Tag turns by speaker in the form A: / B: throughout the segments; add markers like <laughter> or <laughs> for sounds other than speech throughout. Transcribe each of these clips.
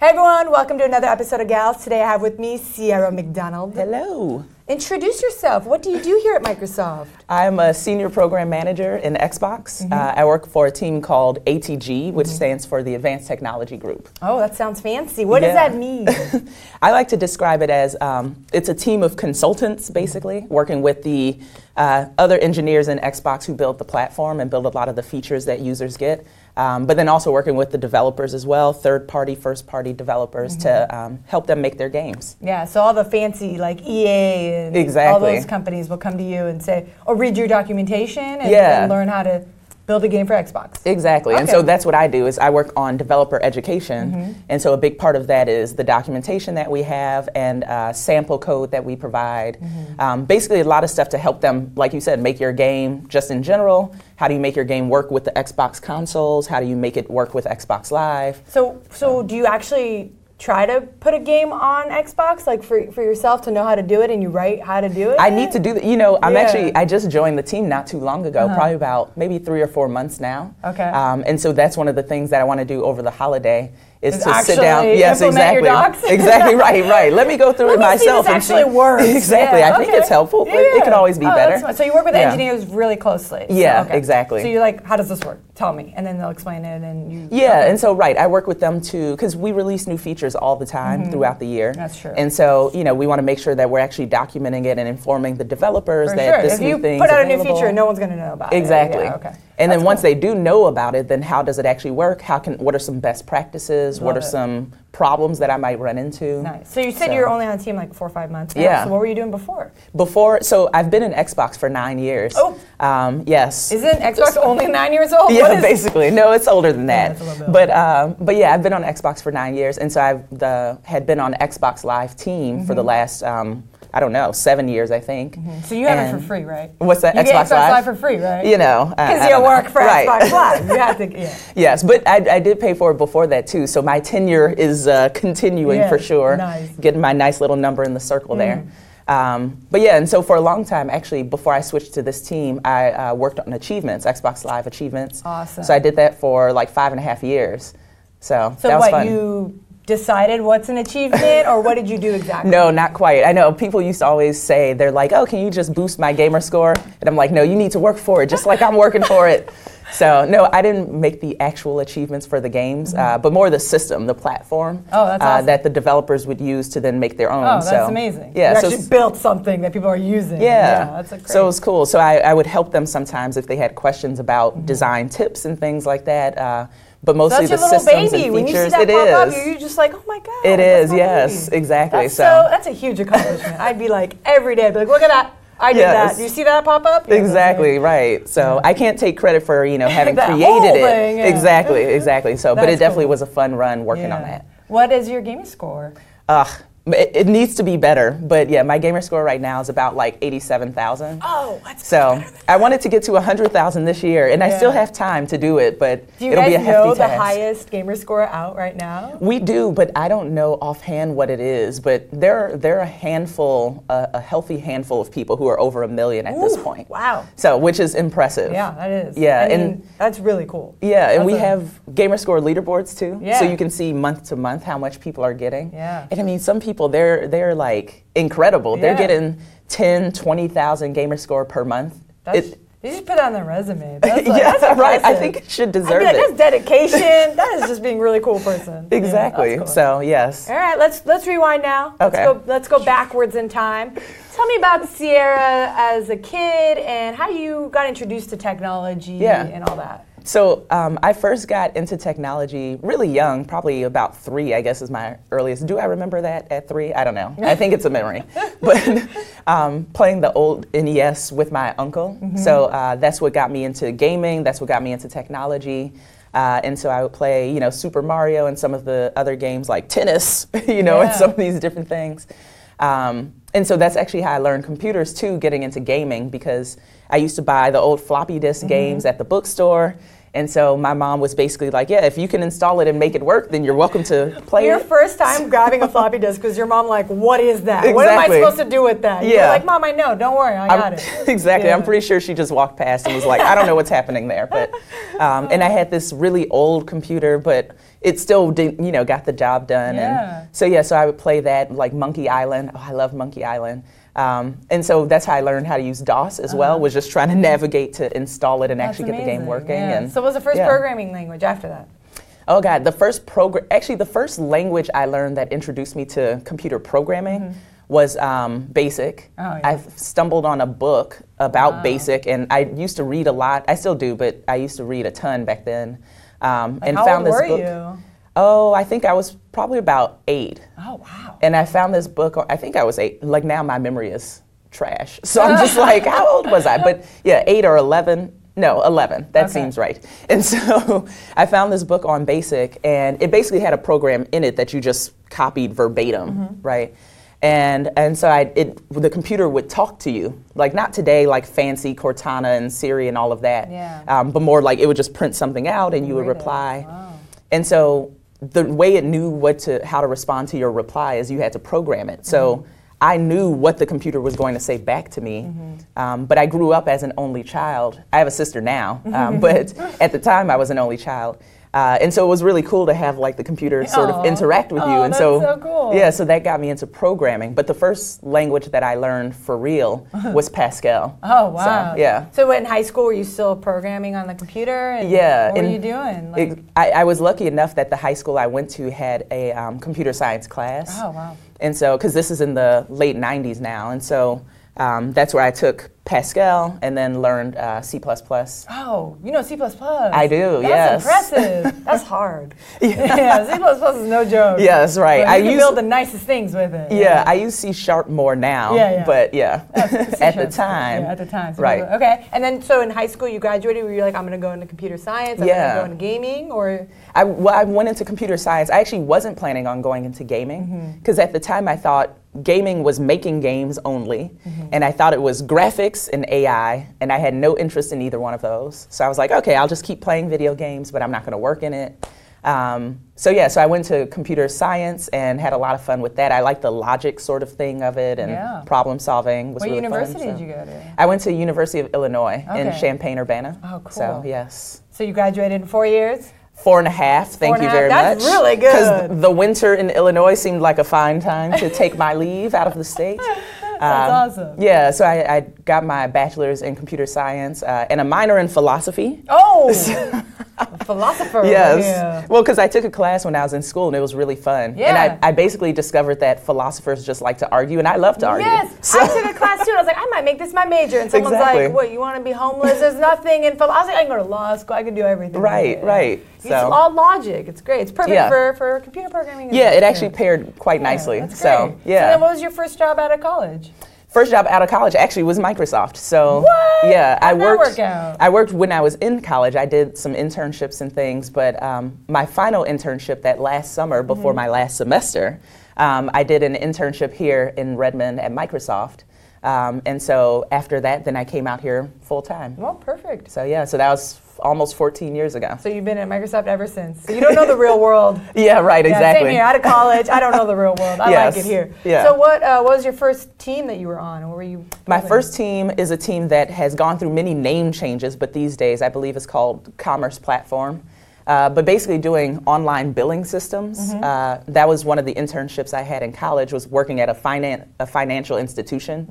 A: Hey everyone, welcome to another episode of Gals. Today I have with me Sierra McDonald.
B: Hello.
A: Introduce yourself. What do you do here at Microsoft?
B: I'm a senior program manager in Xbox. Uh, I work for a team called ATG, which stands for the Advanced Technology Group.
A: Oh, that sounds fancy. What does
B: Yeah.
A: that mean?
B: I like to describe it as um, it's a team of consultants, basically, working with the uh, other engineers in Xbox who build the platform and build a lot of the features that users get. Um, but then also working with the developers as well, third party, first party developers to um, help them make their games.
A: yeah, so all the fancy like EA and all
B: Exactly.
A: those companies will come to you and say, or read your documentation and,
B: Yeah.
A: and learn how to build a game for Xbox.
B: Exactly. And
A: Okay.
B: so that's what I do is I work on developer education. And so a big part of that is the documentation that we have and uh, sample code that we provide. Um, basically a lot of stuff to help them, like you said, make your game just in general. How do you make your game work with the Xbox consoles? How do you make it work with Xbox Live?
A: So, so do you actually try to put a game on Xbox, like for, for yourself to know how to do it, and you write how to do it?
B: I need to do that. You know, I'm
A: Yeah. Uh-huh.
B: actually, I just joined the team not too long ago, probably about maybe three or four months now.
A: Okay.
B: Um, and so that's one of the things that I want to do over the holiday is,
A: Is
B: to sit down.
A: actually
B: Yes,
A: implement your
B: exactly.
A: docs.
B: <laughs> exactly, right, right. Let me go through it
A: Let me see
B: myself.
A: this
B: and see-
A: actually works.
B: <laughs> exactly.
A: Yeah,
B: I think
A: okay.
B: it's helpful, but
A: Yeah.
B: it could always be
A: Oh, that's
B: better.
A: fine. So you work with
B: Yeah.
A: engineers really closely. So-
B: Yeah, exactly.
A: So you're like, how does this work? Tell me, and then they'll explain it, and you.
B: Yeah, and so right, I work with them too because we release new features all the time throughout the year.
A: Mm-hmm. That's true.
B: And so you know we want to make sure that we're actually documenting it and informing the developers
A: For
B: that
A: sure.
B: this
A: If
B: new
A: you
B: thing
A: put out a new feature, no one's going to know about
B: Exactly.
A: it. Oh, Yeah, okay.
B: And then once they do know about it, then how does it actually work? How can what are some best practices?
A: Love
B: what are
A: it.
B: some problems that I might run into?
A: Nice. So you said
B: So-
A: you were only on the team like four or five months. now.
B: Yeah.
A: So what were you doing before?
B: Before, so I've been in Xbox for nine years.
A: Oh.
B: Um, yes.
A: Isn't Xbox only nine years old? What
B: <laughs> yeah,
A: is-
B: basically. No, it's older than
A: Yeah,
B: that.
A: it's a little bit
B: but um, but yeah, I've been on Xbox for nine years, and so I've the had been on Xbox Live team for the last um, I don't know seven years, I think.
A: Mm-hmm. So you have it
B: And-
A: for free, right?
B: What's that?
A: You get
B: Xbox
A: Xbox
B: Live?
A: Live for free, right?
B: You know, I- I
A: Because you
B: don't know.
A: work for
B: Right.
A: Xbox Live. You have to.
B: <laughs>
A: Yeah.
B: Yes, but I, I did pay for it before that too. So my tenure is uh, continuing
A: Yeah,
B: for sure.
A: nice. Mm.
B: Getting my nice little number in the circle there. Um, but yeah, and so for a long time, actually, before I switched to this team, I uh, worked on achievements, Xbox Live achievements.
A: Awesome.
B: So I did that for like five and a half years. So,
A: So
B: that was
A: what
B: fun.
A: you decided what's an achievement, or what did you do exactly?
B: no, not quite. I know people used to always say they're like, "Oh, can you just boost my gamer score?" And I'm like, "No, you need to work for it, just like I'm working for
A: <laughs>
B: it." So no, I didn't make the actual achievements for the games, uh, but more the system, the platform
A: Mm-hmm. Oh, that's
B: uh,
A: awesome.
B: that the developers would use to then make their own.
A: Oh, that's
B: so,
A: amazing.
B: Yeah,
A: you
B: so
A: actually
B: it's-
A: built something that people are using.
B: yeah.
A: that's a great.
B: So it was cool. So I, I would help them sometimes if they had questions about
A: Mm-hmm.
B: design tips and things like that. Uh, but mostly
A: that's your
B: the
A: little
B: systems
A: baby.
B: and
A: When you see
B: features.
A: that
B: It
A: pop up,
B: is.
A: you're you're just like, oh my god.
B: It
A: that's
B: is,
A: my
B: yes,
A: baby.
B: exactly,
A: That's
B: so-
A: that's a huge accomplishment. I'd be like every day, I'd be like, look at that. I did
B: Yes.
A: that. You see that pop up? Yeah, that's
B: Exactly
A: right.
B: right. So I can't take credit for you
A: <laughs>
B: know having
A: That
B: created
A: whole
B: it.
A: thing, yeah.
B: Exactly, exactly. So, but
A: That's
B: it definitely
A: cool.
B: was a fun run working on
A: Yeah.
B: that.
A: What is your gaming score?
B: Ugh, it, it needs to be better. But yeah, my gamer score right now is about like eighty-seven thousand.
A: Oh, that's
B: So I wanted to get to hundred thousand this year, and I still
A: Yeah.
B: have time to do it. But
A: Do you
B: it'll
A: guys
B: be a hefty
A: know the
B: task.
A: highest gamer score out right now?
B: We do, but I don't know offhand what it is. But there, there are a handful, uh, a healthy handful of people who are over a million at this
A: Ooh,
B: point.
A: wow.
B: So, which is impressive.
A: Yeah, that is.
B: Yeah,
A: I mean,
B: and-
A: that's really cool.
B: Yeah, and
A: That's
B: we
A: a-
B: have gamer score leaderboards too.
A: Yeah.
B: So you can see month to month how much people are getting.
A: Yeah.
B: And I mean some people they're they're like incredible.
A: Yeah.
B: They're getting 10, 20,000 gamer score per month.
A: That's,
B: It-
A: you should put that on the resume. That's like,
B: <laughs> yeah,
A: that's
B: right. I
A: impressive.
B: think it should
A: I'd be
B: deserve
A: like,
B: it.
A: that's dedication. that is just being a really cool person. Yeah, that's
B: <laughs> Exactly.
A: cool.
B: So yes.
A: All right, let's let's rewind now. Let's
B: Okay.
A: go, let's go backwards in time. Tell me about Sierra as a kid and how you got introduced to technology
B: Yeah.
A: and all that.
B: So um, I first got into technology really young, probably about three, I guess is my earliest. Do I remember that at three? I don't know. I think it's a memory. but um, playing the old NES with my uncle. So uh, that's what got me into gaming. That's what got me into technology. Uh, and so I would play, you know, Super Mario and some of the other games like tennis, <laughs> you know, and
A: Yeah.
B: some of these different things. Um, and so that's actually how I learned computers too, getting into gaming because I used to buy the old floppy disk games at the bookstore And so my mom was basically like, yeah, if you can install it and make it work, then you're welcome to play
C: Your
B: it.
C: first
B: <laughs>
C: time grabbing a floppy disk was your mom like, "What is that? What am I
B: Exactly.
C: supposed to do with that?" You're
B: Yeah.
C: like, "Mom, I know. Don't worry, I got
B: I'm-
C: it."
B: exactly. I'm
C: Yeah.
B: pretty sure she just walked past and was like, I don't know what's happening there.
C: <laughs>
B: But um, and I had this really old computer, but it still didn't, you know, got the job done.
A: Yeah.
B: And so yeah, so I would play that like Monkey Island. Oh, I love Monkey Island. Um, and so that's how I learned how to use DOS as
C: Uh-huh.
B: well. Was just trying to navigate to install it and
A: That's
B: <laughs> actually get the game
A: amazing,
B: working.
A: yeah.
B: And
C: So, what was the first
B: Yeah.
C: programming language after that?
B: Oh God, the first program, actually the first language I learned that introduced me to computer programming was um, BASIC.
A: Mm-hmm. Oh, yeah. Oh.
B: I stumbled on a book about BASIC and I used to read a lot, I still do, but I used to read a ton back then. Um, and
A: how old
B: found
A: were
B: this book.
A: you?
B: Oh, I think I was probably about eight.
A: Oh wow.
B: And I found this book, I think I was eight, like now my memory is trash. <laughs> So I'm
A: <laughs>
B: just like, how old was I? But yeah, eight or 11. No, 11. That
A: Okay.
B: seems right. <laughs> And so I found this book on BASIC, and it basically had a program in it that you just copied verbatim,
A: Mm-hmm.
B: right? And, and so I, it, the computer would talk to you, like not today, like fancy Cortana and Siri and all of that,
A: Yeah.
B: um, but more like it would just print something out and you would
A: Read it.
B: reply.
A: Wow.
B: And so the way it knew what to how to respond to your reply is you had to program it. So
A: Mm-hmm.
B: I knew what the computer was going to say back to me.
A: Mm-hmm.
B: Um, but I grew up as an only child. I have a
A: <laughs>
B: sister now, um, but at the time I was an only child. Uh, and so it was really cool to have like the computer sort
A: Aw.
B: of interact with you.
A: Aw,
B: And
A: that's
B: so,
A: so cool.
B: yeah, so that got me into programming. But the first language that I learned for real
A: <laughs>
B: was Pascal.
A: Oh, wow.
B: So, yeah.
C: So, in high school, were you still programming on the computer? And
B: Yeah,
A: What were
B: and
A: you doing? Like,
B: Ex- I, I was lucky enough that the high school I went to had a um, computer science class.
A: Oh, wow.
B: And so, because this is in the late 90s now, and so um, that's where I took Pascal and then learned uh, C.
A: <gasps> oh, you know C plus
B: I do,
A: That's
B: yes.
A: impressive.
B: <laughs>
C: That's hard.
A: <laughs> yeah, C plus plus is no joke.
B: Yes, right.
A: But you
B: I
A: can
B: use-
A: build the nicest things with it.
B: Yeah, I use C sharp more now,
A: Yeah, yeah.
B: but yeah, <laughs> at the
A: C-sharp's cool.
B: time.
A: Yeah, at the time. So
B: Right.
A: you go, Okay.
C: And then, so in high school, you graduated. Were you like, "I'm going to go into computer science. I'm
B: Yeah.
C: going to go into gaming," or
B: I, well, I went into computer science. I actually wasn't planning on going into gaming
A: Mm-hmm.
B: because at the time I thought gaming was making games only,
A: Mm-hmm.
B: and I thought it was graphics and AI, and I had no interest in either one of those. So I was like, okay, I'll just keep playing video games, but I'm not going to work in it. Um, so yeah, so I went to computer science and had a lot of fun with that. I liked the logic sort of thing of it and
A: Yeah.
B: problem solving. Was
A: What
B: really fun,
A: university did
B: so.
A: you go to?
B: I went to University of Illinois in
A: Okay.
B: Champaign Urbana.
A: Oh,
B: So
A: cool.
B: yes.
A: So you graduated in four
B: <laughs>
A: years.
B: Four and a half. Thank
C: and
B: you
C: a
B: very
C: half. That's
B: much.
C: really good.
B: Because the winter in Illinois seemed like a fine time to take my leave out of
C: <laughs>
B: the state.
A: That's
B: Um,
A: awesome.
B: Yeah, so I, I got my bachelor's in computer science uh, and a minor in philosophy. <laughs>
A: Oh,
C: a philosopher?
B: Yes.
A: yeah.
B: Well, because I took a class when I was in school and it was really fun.
A: Yeah.
B: And I, I basically discovered that philosophers just like to argue, and I love to argue.
C: Yes, I took a class too. And I was like, I might make this my major. And someone's
B: Exactly.
C: like, What? You want to be homeless? There's nothing in philosophy. I was like, I can go to law school. I can do everything.
B: Right,
C: Yeah.
B: right.
C: It's all logic. It's great. It's perfect
B: Yeah.
C: for, for computer programming.
B: yeah, it actually paired quite nicely.
A: that's
B: so,
A: great.
B: yeah.
C: So then, what was
A: What was your first job out of college?
B: first job out of college actually was Microsoft. So
A: What?
B: yeah, I
A: How'd that
B: worked.
A: work out?
B: I worked when I was in college. I did some internships and things, but um, my final internship that last summer before
A: Mm-hmm.
B: my last semester, um, I did an internship here in Redmond at Microsoft. Um, and so after that, then I came out here full time.
C: well, perfect.
B: So yeah, so that was f- almost 14 years ago. <laughs>
C: So you've been at Microsoft ever since. So you don't know the real world.
B: Yeah, right,
C: Yeah, same
B: exactly.
C: here. Out of college, I don't know the real world. I
B: <laughs> Yes.
C: like it here.
B: Yeah.
C: So what, uh, what was your first team that you were on? What were you?
B: My
C: building?
B: first team is a team that has gone through many name changes, but these days I believe it's called Commerce Platform. Uh, but basically, doing online billing systems. Uh, that was one of the internships I had in college. Was working at a finan- a financial institution,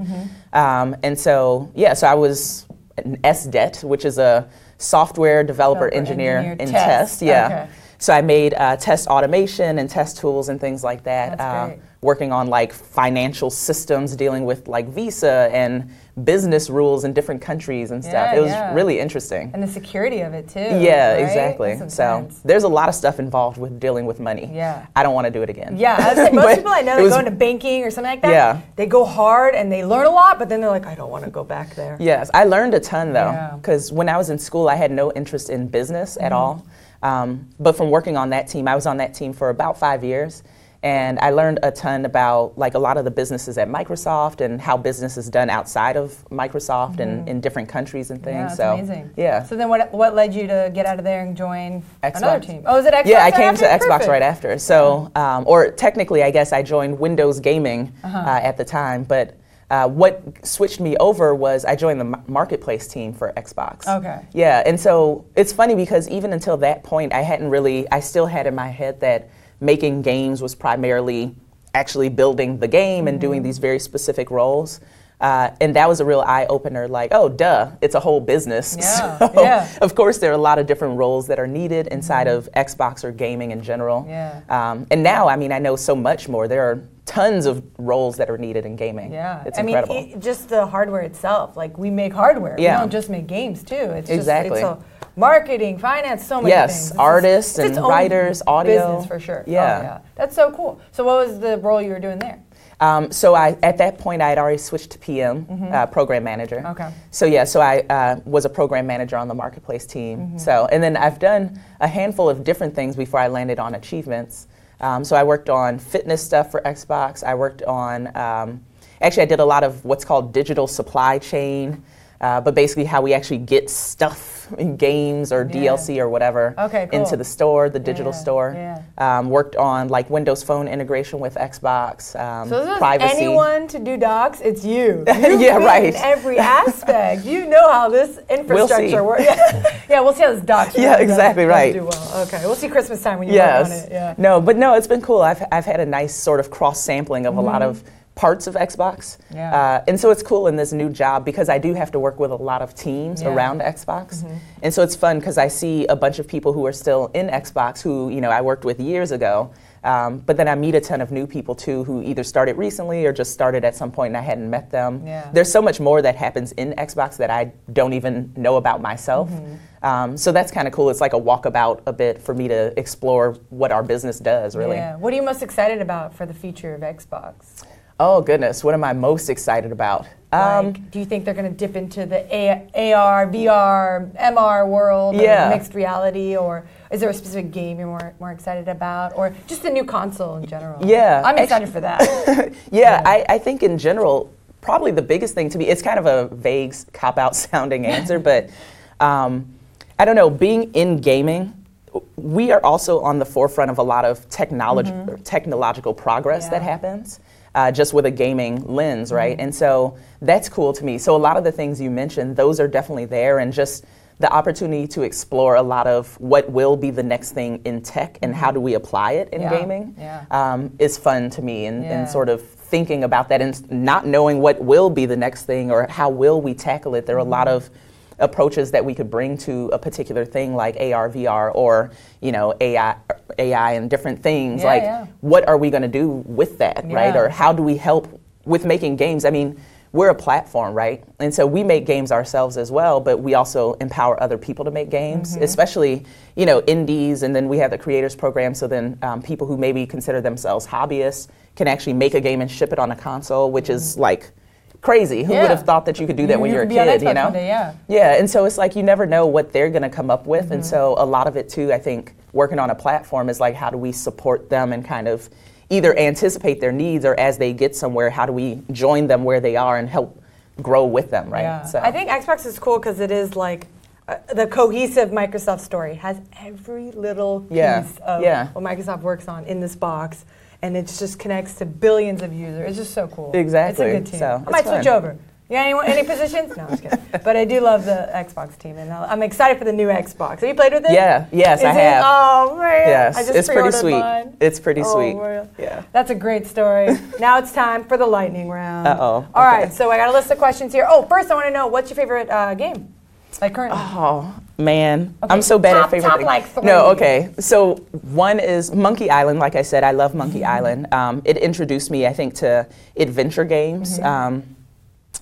B: um, and so yeah, so I was an SDET, which is a software developer,
A: Developer
B: engineer,
A: engineer
B: in
A: test.
B: test. Yeah.
A: Okay.
B: So I made uh, test automation and test tools and things like that.
A: That's
B: uh,
A: great.
B: working on like financial systems dealing with like visa and business rules in different countries and stuff.
A: Yeah,
B: it was
A: yeah.
B: really interesting.
A: And the security of it too.
B: yeah,
A: right?
B: exactly.
A: That's
B: So
A: intense.
B: there's a lot of stuff involved with dealing with money.
A: Yeah.
B: I don't want to do it again.
C: Yeah,
A: <laughs>
C: I was
B: <laughs>
C: like, most
B: But
C: people I know
B: it
C: that
B: was-
C: go into banking or something like that.
B: Yeah.
C: They go hard and they learn a lot, but then they're like, I don't want to go back there.
B: Yes, I learned a ton
A: Yeah. Mm-hmm.
B: though, because when I was in school, I had no interest in business at all. Um, but from working on that team, I was on that team for about five years, And I learned a ton about like a lot of the businesses at Microsoft and how business is done outside of Microsoft and in different countries and
A: Mm-hmm. Yeah,
B: things.
A: that's
B: so
A: amazing.
B: yeah,
A: So then, what what led you to get out of there and join another
B: Xbox.
A: team? Oh, is it Xbox?
B: yeah, I
A: right
B: came to
A: after?
B: Xbox
A: Perfect.
B: right after. So, um, or technically, I guess I joined Windows Gaming uh
A: Uh-huh.
B: at the time. But uh, what switched me over was I joined the ma- marketplace team for Xbox.
A: Okay.
B: Yeah, and so it's funny because even until that point, I hadn't really. I still had in my head that making games was primarily actually building the game and doing
A: Mm-hmm.
B: these very specific roles. Uh, and that was a real eye opener. Like, oh, duh, it's a whole business. <laughs>
A: Yeah,
B: So,
A: yeah.
B: of course, there are a lot of different roles that are needed inside of Xbox or gaming in general.
A: Mm-hmm. Yeah.
B: Um, and now, I mean, I know so much more. There are tons of roles that are needed in gaming.
A: Yeah,
B: It's
A: I
B: incredible.
A: mean, e it, just the hardware itself. Like we make hardware.
B: Yeah.
A: We don't just make games too. It's
B: Exactly.
A: Just, it's a marketing, finance, so many
B: Yes,
A: things. It's just-
B: artists
A: it's its
B: and
A: own
B: writers, audio.
A: business for sure. Oh,
B: Yeah.
A: yeah, that's so cool. So what was the role you were doing there?
B: Um, so I, at that point, I had already switched to PM, uh, program manager.
A: Mm-hmm. Okay.
B: So yeah, so I uh, was a program manager on the marketplace team.
A: Mm-hmm.
B: So and then I've done a handful of different things before I landed on achievements. Um, so I worked on fitness stuff for Xbox. I worked on um, actually I did a lot of what's called digital supply chain, uh, but basically how we actually get stuff, games or
A: Yeah.
B: DLC or whatever,
A: Okay, cool.
B: into the store, the digital
A: Yeah,
B: store.
A: yeah.
B: Um, worked on like Windows Phone integration with Xbox. Um,
A: So this
B: privacy.
A: is anyone to do docs. It's
B: <laughs>
A: you. You've
B: Yeah,
A: been
B: right.
A: In
B: <laughs>
A: every aspect, you know how this infrastructure works. <laughs> Yeah. we'll see how this docs.
B: Yeah,
A: really does-
B: exactly
A: does
B: right.
A: Do well. Okay, we'll see Christmas time when you
B: yes.
A: work on it. Yeah.
B: No, but no, it's been cool. I've, I've had a nice sort of cross sampling of a lot of parts of Xbox.
A: Mm-hmm. Yeah.
B: Uh, and so it's cool in this new job because I do have to work with a lot of teams
A: Yeah. Mm-hmm.
B: around Xbox. And so it's fun because I see a bunch of people who are still in Xbox who, you know, I worked with years ago. Um, but then I meet a ton of new people too who either started recently or just started at some point and I hadn't met them.
A: Yeah.
B: There's so much more that happens in Xbox that I don't even know about myself.
A: Mm-hmm.
B: Um, so that's kind of cool. It's like a walkabout a bit for me to explore what our business does, really.
A: Yeah. What are you most excited about for the future of Xbox?
B: Oh, goodness. What am I most excited about? Um,
A: like, do you think they're going to dip into the A- AR, VR, MR world, or
B: Yeah.
A: mixed reality, or is there a specific game you're more, more excited about, or just the new console in general?
B: Yeah,
A: I'm
B: actu-
A: excited for that.
B: yeah, I, I think in general, probably the biggest thing to me, it's kind of a vague cop out <laughs> sounding answer, but um, I don't know, being in gaming, w- we are also on the forefront of a lot of technology, technological progress that
A: Mm-hmm. Yeah. Mm-hmm.
B: happens. Uh, just with a gaming lens, right? And so that's cool to me. So, a lot of the things you mentioned, those are definitely there, and just the opportunity to explore a lot of what will be the next thing in tech and how do we apply it in
A: Yeah,
B: gaming
A: yeah.
B: um, is fun to me and,
A: Yeah.
B: and sort of thinking about that and s- not knowing what will be the next thing or how will we tackle it. There are a lot
A: Mm-hmm.
B: of approaches that we could bring to a particular thing like AR, VR, or you know AI, AI and different things.
A: Yeah,
B: like,
A: yeah.
B: what are we going to do with that, right?
A: Yeah.
B: Or how do we help with making games? I mean. We're a platform, right? And so we make games ourselves as well, but we also empower other people to make games,
A: Mm-hmm.
B: especially you know indies, and then we have the creators program. So then um, people who maybe consider themselves hobbyists can actually make a game and ship it on a console, which is like crazy. Who
A: Mm-hmm. Yeah.
B: would have thought that you could do that
A: You-
B: when
A: you
B: you're a
A: could be on
B: kid?
A: Xbox
B: you know?
A: one day, yeah.
B: Yeah, and so it's like you never know what they're going to come up with.
C: Mm-hmm.
B: And so a lot of it, too, I think working on a platform is like how do we support them and kind of either anticipate their needs or as they get somewhere, how do we join them where they are and help grow with them, right?
A: Yeah.
B: So
C: I think Xbox is cool because it is like uh, the cohesive Microsoft story has every little piece
B: Yeah,
C: of
B: yeah.
C: what Microsoft works on in this box, and it just connects to
A: Billions of users. It's just so cool.
B: Exactly.
A: It's a good team.
B: So,
A: I
B: it's
A: might switch
B: fun.
A: over. Yeah, anyone, any positions? No, I'm just kidding. But I do love the Xbox team, and I'll- I'm excited for the new Xbox. Have you played with it?
B: Yeah, yes,
A: Is
B: I
A: it-
B: have.
A: Oh man,
B: yes,
A: I just
B: it's pretty
A: pre-ordered
B: sweet.
A: mine.
B: It's pretty
A: Oh,
B: sweet.
A: Royal.
B: Yeah.
A: That's a great story. now it's time for the lightning round.
B: Uh-oh,
A: All right,
B: okay.
A: so I got a list of questions here. Oh, first I want to know what's your favorite uh, game? Like currently.
B: Oh man,
A: Okay,
B: I'm so bad
A: top-
B: at favorite
A: top
B: things.
A: like three.
B: No, okay. So one is Monkey Island. Like I said, I love Monkey
A: Mm-hmm.
B: Island. Um, it introduced me, I think, to adventure games.
A: Mm-hmm.
B: Um,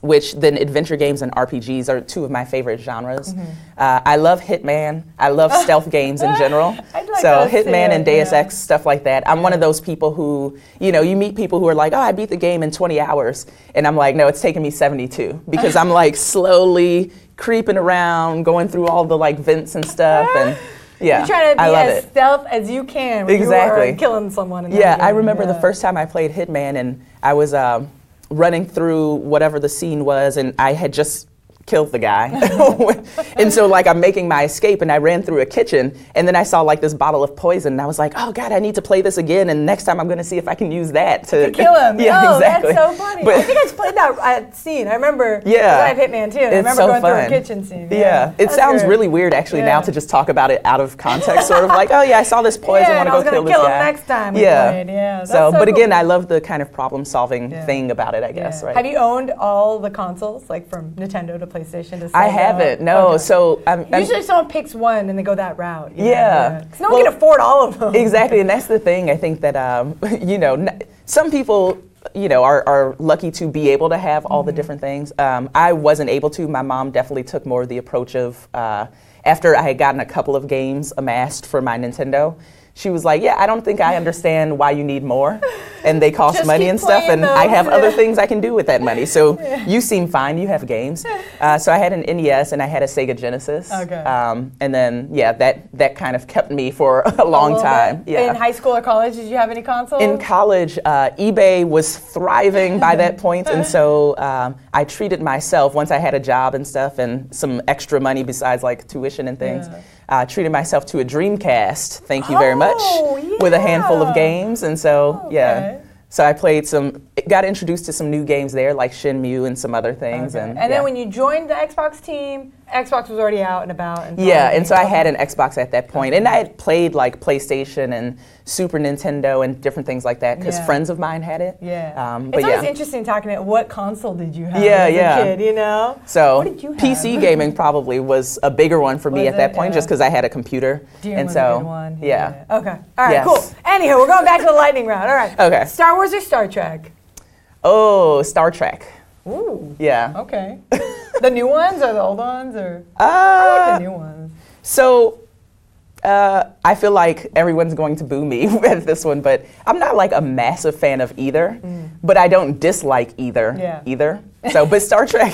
B: which then adventure games and RPGs are two of my favorite genres.
A: Mm-hmm.
B: Uh, I love Hitman.
A: <laughs>
B: I love stealth games in general.
A: I'd like
B: so
A: those too,
B: Hitman and Deus
A: yeah.
B: Ex stuff like that. I'm one of those people who, you know, you meet people who are like, "Oh, I beat the game in 20 hours," and I'm like, "No, it's taken me 72
A: <laughs>
B: because I'm like slowly creeping around, going through all the like vents and stuff and Yeah,
A: You're trying to be
B: I love
A: as
B: it.
A: stealth as you can. When You
B: Exactly.
A: are killing someone. In that
B: Yeah, I
A: game.
B: remember the
A: Yeah.
B: first time I played Hitman, and I was um, running through whatever the scene was, and I had just killed the guy. <laughs> and so, like, I'm making my escape, and I ran through a kitchen, and then I saw like this bottle of poison, and I was like, "Oh God, I need to play this again, and next time I'm going to see if I can use that to,
A: kill him.
B: <laughs> yeah,
A: oh,
B: exactly.
A: that's so funny. I
B: But
A: think I just played that uh, scene. I remember.
B: <laughs> Yeah.
A: I have Hitman too. and I
B: it's
A: remember
B: so
A: going
B: fun.
A: through a kitchen scene.
B: Yeah, it
A: That's
B: sounds
A: great.
B: really weird actually
A: Yeah.
B: now to just talk about it out of context, sort
A: <laughs>
B: of like, "Oh yeah, I saw this poison,
A: Yeah, and
B: want to
A: I
B: go
A: was gonna
B: kill this
A: kill him
B: guy."
A: next time we
B: yeah.
A: played. Yeah, that's so
B: so, but again,
A: cool.
B: I love the kind of problem solving
A: Yeah.
B: thing about it. I guess
A: Yeah.
B: right.
A: Have you owned all the consoles, like from Nintendo to PlayStation to?
B: I
A: Sega?
B: haven't. No.
A: Okay.
B: So I'm, I'm-
A: usually someone picks one and they go that route. you know?
B: Yeah.
A: 'Cause no one
B: Well-
A: can afford all of them.
B: <laughs> exactly, and that's the thing. I think that um, <laughs> you know, n- some people you know are, are lucky to be able to have all the
A: Mm-hmm.
B: different things. Um, I wasn't able to. My mom definitely took more of the approach of uh, after I had gotten a couple of games amassed for my Nintendo. She was like, "Yeah, I don't think I understand why you need more, and they cost
A: Just
B: money
A: keep
B: and stuff,
A: playing
B: and I
A: those,
B: have other
A: yeah.
B: things I can do with that money.
A: <laughs>
B: So you seem fine. You have games. Uh, so I had an NES and I had a Sega Genesis.
A: Okay.
B: Um, and then yeah, that that kind of kept me for <laughs>
A: A
B: a long
A: little
B: time.
A: bit.
B: Yeah.
A: In high school or college, did you have any consoles?
B: In college, uh, eBay was thriving by that point, and so um, I treated myself once I had a job and stuff and some extra money besides like tuition and things.
A: Yeah.
B: Uh, treated myself to a Dreamcast. Thank you very much.
A: Oh,
B: With a handful
A: yeah.
B: of games, and so
A: Oh,
B: yeah.
A: okay.
B: So I played some. Got introduced to some new games there, like Shenmue and some other things.
A: Okay.
B: And,
A: then
B: yeah.
A: when you joined the Xbox team, Xbox was already out and about. And
B: Yeah, and so I
A: Um, Okay.
B: had an Xbox at that point, and I had played like PlayStation and Super Nintendo and different things like that because
A: Yeah.
B: friends of mine had it.
A: Yeah.
B: um,
A: it's
B: but
A: always
B: yeah.
A: interesting talking about what console did you have
B: Yeah,
A: as
B: yeah.
A: a kid, you know?
B: So
A: What did you have?
B: PC gaming probably was a bigger one for me
A: Was
B: at that
A: it?
B: point, just
A: Yeah.
B: because I had a computer,
A: Doom
B: and
A: was
B: so
A: a good one.
B: yeah.
A: Okay. All right,
B: Yes.
A: cool. Anywho, we're going back to the lightning round. All right.
B: Okay.
A: Star Wars or Star Trek?
B: Oh, Star Trek.
A: Ooh.
B: Yeah. <laughs>
A: Okay. the new ones or the old ones or
B: Uh,
A: the new ones?
B: So uh, I feel like everyone's going to boo me <laughs> with this one, but I'm not like a massive fan of either. But I don't dislike either
A: Mm. Yeah. <laughs>
B: either. So, but Star Trek,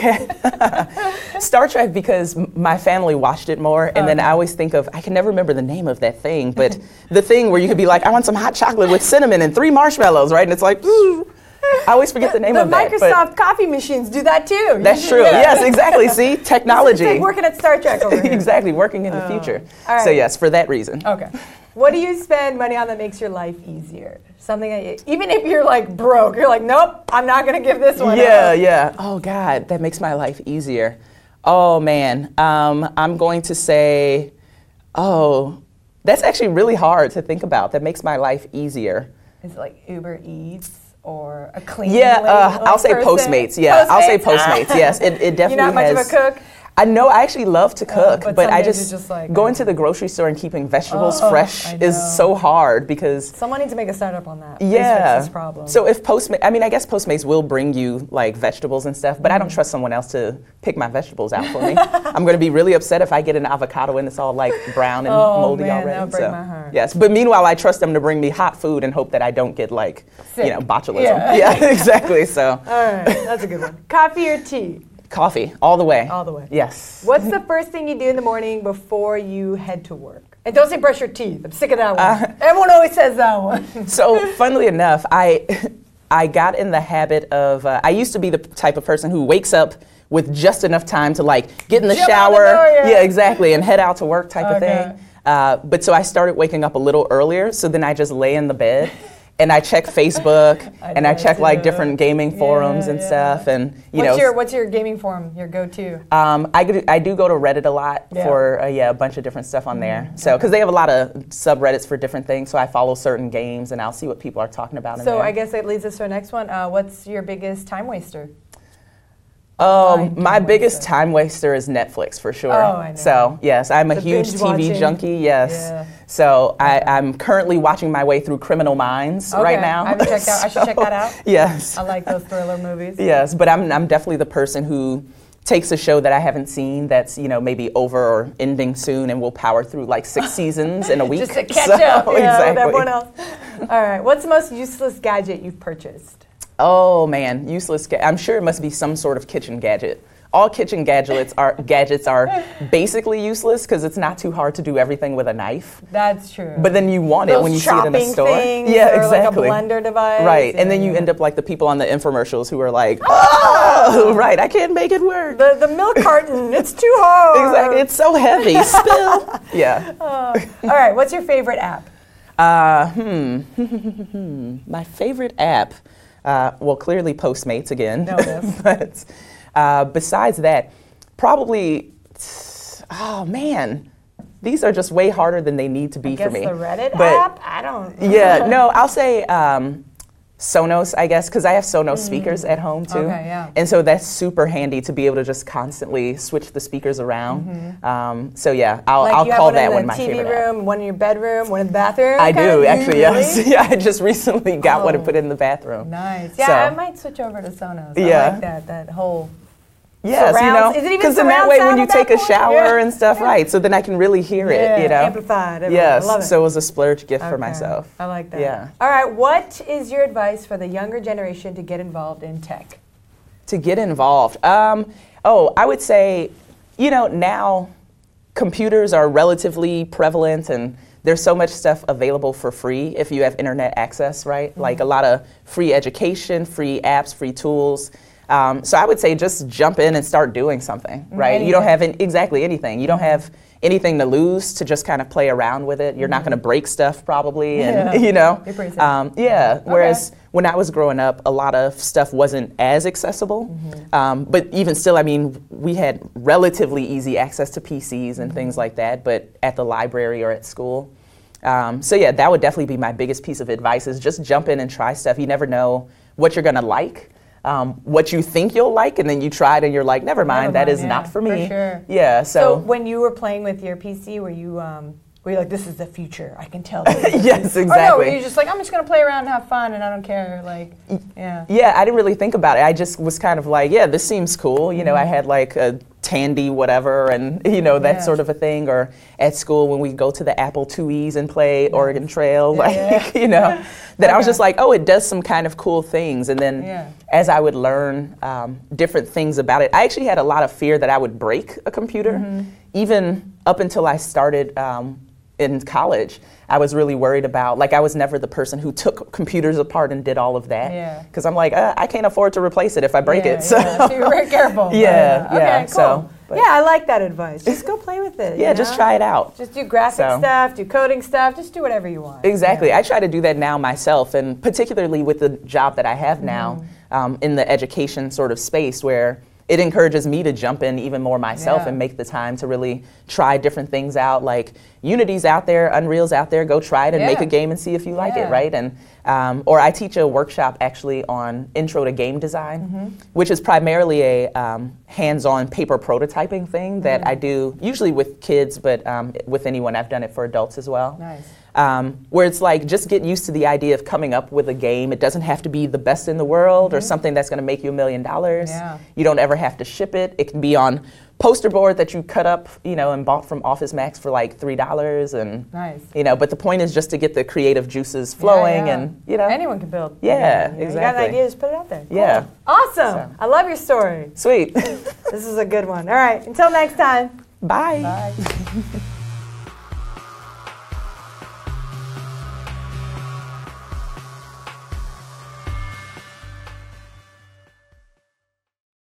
B: <laughs> Star Trek, because m- my family watched it more, and
A: Oh.
B: then I always think of I can never remember the name of that thing, but the thing where you could be like, I want some hot chocolate with cinnamon and three marshmallows, right? And it's like, I always forget the, name
A: the
B: of that.
A: Microsoft
B: but
A: coffee machines do that too. <laughs>
B: that's true. Yes, exactly. See,
A: It's like
B: technology.
A: working at Star Trek
B: <laughs>
A: over here.
B: exactly, working in the future.
A: Oh. all
B: So
A: right. Oh,
B: yes, for that reason.
A: Okay. What do you spend money on that makes your life easier? Something that you, even if you're like broke, you're like, nope, I'm not gonna give this one.
B: Yeah,
A: up.
B: yeah. Oh God, that makes my life easier. Oh man, um, I'm going to say, oh, that's actually really hard to think about. That makes my life easier.
A: Is it like Uber Eats or a clean?
B: Yeah, uh, I'll say Postmates. Yeah, I'll say Postmates. yes, it, it definitely.
A: You're not much of a
B: has-
A: cook? Oh,
B: I know. I actually love to cook,
A: but
B: but,
A: some
B: I
A: days
B: just,
A: you're just like, uh,
B: going to the grocery store and keeping vegetables
A: Oh,
B: fresh
A: I
B: is
A: know.
B: so hard because
A: <laughs> Someone needs to make a startup on that. Please
B: Yeah.
A: fix this problem.
B: So if Postmates, I mean, I guess Postmates will bring you like vegetables and stuff, but I don't
A: Mm-hmm.
B: trust someone else to pick my vegetables out for me. I'm going to be really upset if I get an avocado and it's all like brown and
A: <laughs> Oh,
B: moldy
A: man,
B: already.
A: that would break
B: so,
A: my heart.
B: Yes, but meanwhile, I trust them to bring me hot food and hope that I don't get like
A: Sick.
B: you know botulism. <laughs>
A: Yeah. <laughs>
B: exactly. So
A: all right, that's a good
B: <laughs>
A: one. Coffee or tea?
B: coffee all the way.
A: All the way.
B: Yes.
A: What's the first thing you do in the morning before you head to work? And don't say brush your teeth. I'm sick of that one.
B: Uh,
A: Everyone always says that one.
B: so funnily enough, I I got in the habit of uh, I used to be the type of person who wakes up with just enough time to like get in the
A: Jump out the
B: shower,
A: door, yeah.
B: yeah, exactly, and head out to work type
A: Okay.
B: of thing. Uh, but so I started waking up a little earlier. So then I just lay in the bed. And I check Facebook,
A: <laughs> I
B: and I
A: do that
B: check like
A: too.
B: different gaming forums and
A: yeah.
B: stuff, and you
A: what's
B: know,
A: your what's your gaming form? Your go-to?
B: um, I, do, I do go to Reddit a lot
A: Yeah. Mm-hmm.
B: for uh, yeah a bunch of different stuff on there. So because they have a lot of subreddits for different things, so I follow certain games and I'll see what people are talking about. in
A: So
B: there.
A: I guess that leads us to our next one. Uh, what's your biggest time waster?
B: um,
A: time
B: my biggest
A: waster.
B: time waster is Netflix for sure.
A: Oh, I know.
B: So yes, I'm a
A: The
B: huge
A: binge
B: TV
A: watching.
B: junkie. Yes.
A: Yeah.
B: So I, I'm currently watching my way through Criminal Minds right
A: Okay,
B: now.
A: I haven't checked out. I
B: <laughs>
A: should check that out.
B: yes.
A: I like those thriller
B: <laughs>
A: movies.
B: Yes, but I'm, I'm definitely the person who takes a show that I haven't seen that's, you know, maybe over or ending soon and will power through like
A: <laughs>
B: six seasons in a week.
A: Just to catch
B: <laughs> So,
A: up yeah, with
B: exactly.
A: everyone else. All right. What's the most useless gadget you've purchased?
B: Oh man, useless. Ga- I'm sure it must be some sort of kitchen gadget all kitchen gadgets are gadgets are basically useless because it's not too hard to do everything with a knife.
A: That's true.
B: But then you want it
A: Those
B: when you see it in a
A: chopping
B: store.
A: things
B: yeah,
A: or, like, a
B: exactly.
A: blender device,
B: Right, and then
A: yeah,
B: you
A: yeah.
B: end up like the people on the infomercials who are
A: <laughs>
B: like, "Oh, right, I can't make it work."
A: the, the milk
B: <laughs>
A: carton, it's too hard.
B: Exactly. It's so heavy. <laughs> Spill. Yeah.
A: All right, what's your favorite app?
B: Uh, hmm. <laughs> My favorite app. Uh, well, clearly Postmates again.
A: No, yes.
B: <laughs> but uh, besides that, probably. Oh man, these are just way harder than they need to be
A: Guess
B: for me.
A: the Reddit
B: But-
A: app? I don't
B: yeah, no, I'll say um, Sonos, I guess, because I have Sonos speakers at home too.
A: Mm. Okay, yeah.
B: And so that's super handy to be able to just constantly switch the speakers around. Um, so yeah,
A: <laughs> Mm-hmm.
B: I'll,
A: Like
B: I'll
A: you
B: call
A: have one
B: that
A: in the
B: one my
A: TV
B: favorite. app.
A: room, one in your bedroom, one in the bathroom.
B: I
A: Okay,
B: do actually. Yes,
A: really?
B: <laughs> yeah. I just recently got one and
A: Oh.
B: put it in the bathroom.
A: Nice. Yeah,
B: So-
A: I might switch over to Sonos. I
B: Yeah.
A: like that. That whole.
B: Yes,
A: Surrounds-
B: you
A: is it
B: know,
A: even
B: because then that
A: surround
B: way
A: sound
B: when you
A: at that
B: take a
A: point?
B: shower
A: Yeah.
B: and stuff, right? So then I can really hear it. You know.
A: Amplified. everything.
B: Yes.
A: I love it.
B: So it was a splurge gift for
A: Okay.
B: myself.
A: I like that.
B: Yeah.
A: All right. What is your advice for the younger generation to get involved in tech?
B: to get involved? Um, oh, I would say, you know, now computers are relatively prevalent and there's so much stuff available for free if you have internet access, right? Like a lot of free education, free apps, free tools. Um, so I would say just jump in and start doing something, right? You don't
A: anything.
B: have an, exactly anything. You don't have anything to lose to just kind of play around with it. You're not going to break stuff probably, and
A: Yeah.
B: <laughs> you know,
A: You're pretty safe.
B: um, yeah. Whereas when I was growing up, a lot of stuff wasn't as accessible.
A: Mm-hmm.
B: Um, but even still, I mean, we had relatively easy access to PCs
A: Mm-hmm.
B: and things like that, but at the library or at school. Um, so yeah, that would definitely be my biggest piece of advice is just jump in and try stuff. You never know what you're gonna like, um, what you think you'll like, and then you try it and you're like, never mind, that
A: mind,
B: is
A: yeah,
B: not for
A: for
B: me.
A: sure.
B: Yeah,
A: So,
B: Uh, so,
A: when you were playing with your PC, were you um, were you like, "This is the future. I can
B: <laughs>
A: tell." this."
B: <laughs> yes, exactly.
A: Or Oh, no, were you just like, "I'm just gonna play around and have fun, and I don't care." Like, yeah.
B: Yeah, I didn't really think about it. I just was kind of like, yeah, this seems cool. You know, I had like a Tandy whatever and, you know, that
A: Mm-hmm. Yeah.
B: sort of a thing. Or at school when we go to the Apple IIes and play Oregon Trail, like, <laughs> you know, that I was just like, oh, it does some kind of cool things. And then
A: Yeah.
B: as I would learn um, different things about it, I actually had a lot of fear that I would break a computer,
A: Mm-hmm.
B: even up until I started. Um, in college, I was really worried about, like, I was never the person who took computers apart and did all of that <laughs>
A: Yeah.
B: because I'm like, uh, I can't afford to replace it if I break
A: yeah,
B: it. So,
A: yeah. so you were very careful. but,
B: Yeah,
A: uh,
B: yeah,
A: Okay, cool.
B: so, but-
A: yeah, I like that advice. Just go play with it.
B: <laughs> <laughs> yeah,
A: you
B: just
A: know?
B: try it out.
A: Just do graphic
B: So.
A: stuff, do coding stuff, just do whatever you want.
B: Exactly. I try to do that now myself, and particularly with the job that I
A: Mm-hmm.
B: have now um, in the education sort of space where it encourages me to jump in even more myself
A: Yeah.
B: and make the time to really try different things out. Like Unity's out there, Unreal's out there. Go try it and make
A: Yeah.
B: a game and see if you like
A: Yeah.
B: it, right? And um, or I teach a workshop actually on intro to game design,
A: Mm-hmm.
B: which is primarily a um, hands-on paper prototyping thing
A: Mm-hmm.
B: that I do usually with kids, but um, with anyone. I've done it for adults as well
A: Nice.
B: um, where it's like just get used to the idea of coming up with a game. It doesn't have to be the best in the world or something that's going to make you a million dollars.
A: Mm-hmm. Yeah.
B: You don't ever have to ship it. It can be on poster board that you cut up, you know, and bought from Office Max for like three dollars and
A: Nice.
B: you know. But the point is just to get the creative juices flowing
A: yeah.
B: and you know.
A: Anyone can build.
B: Yeah,
A: anything, you know? You got an
B: exactly.
A: idea, just put it out there. Cool.
B: Yeah.
A: Awesome.
B: So.
A: I love your story.
B: Sweet. <laughs>
A: This is a good one. All right. Until next time.
B: Bye.
A: Bye.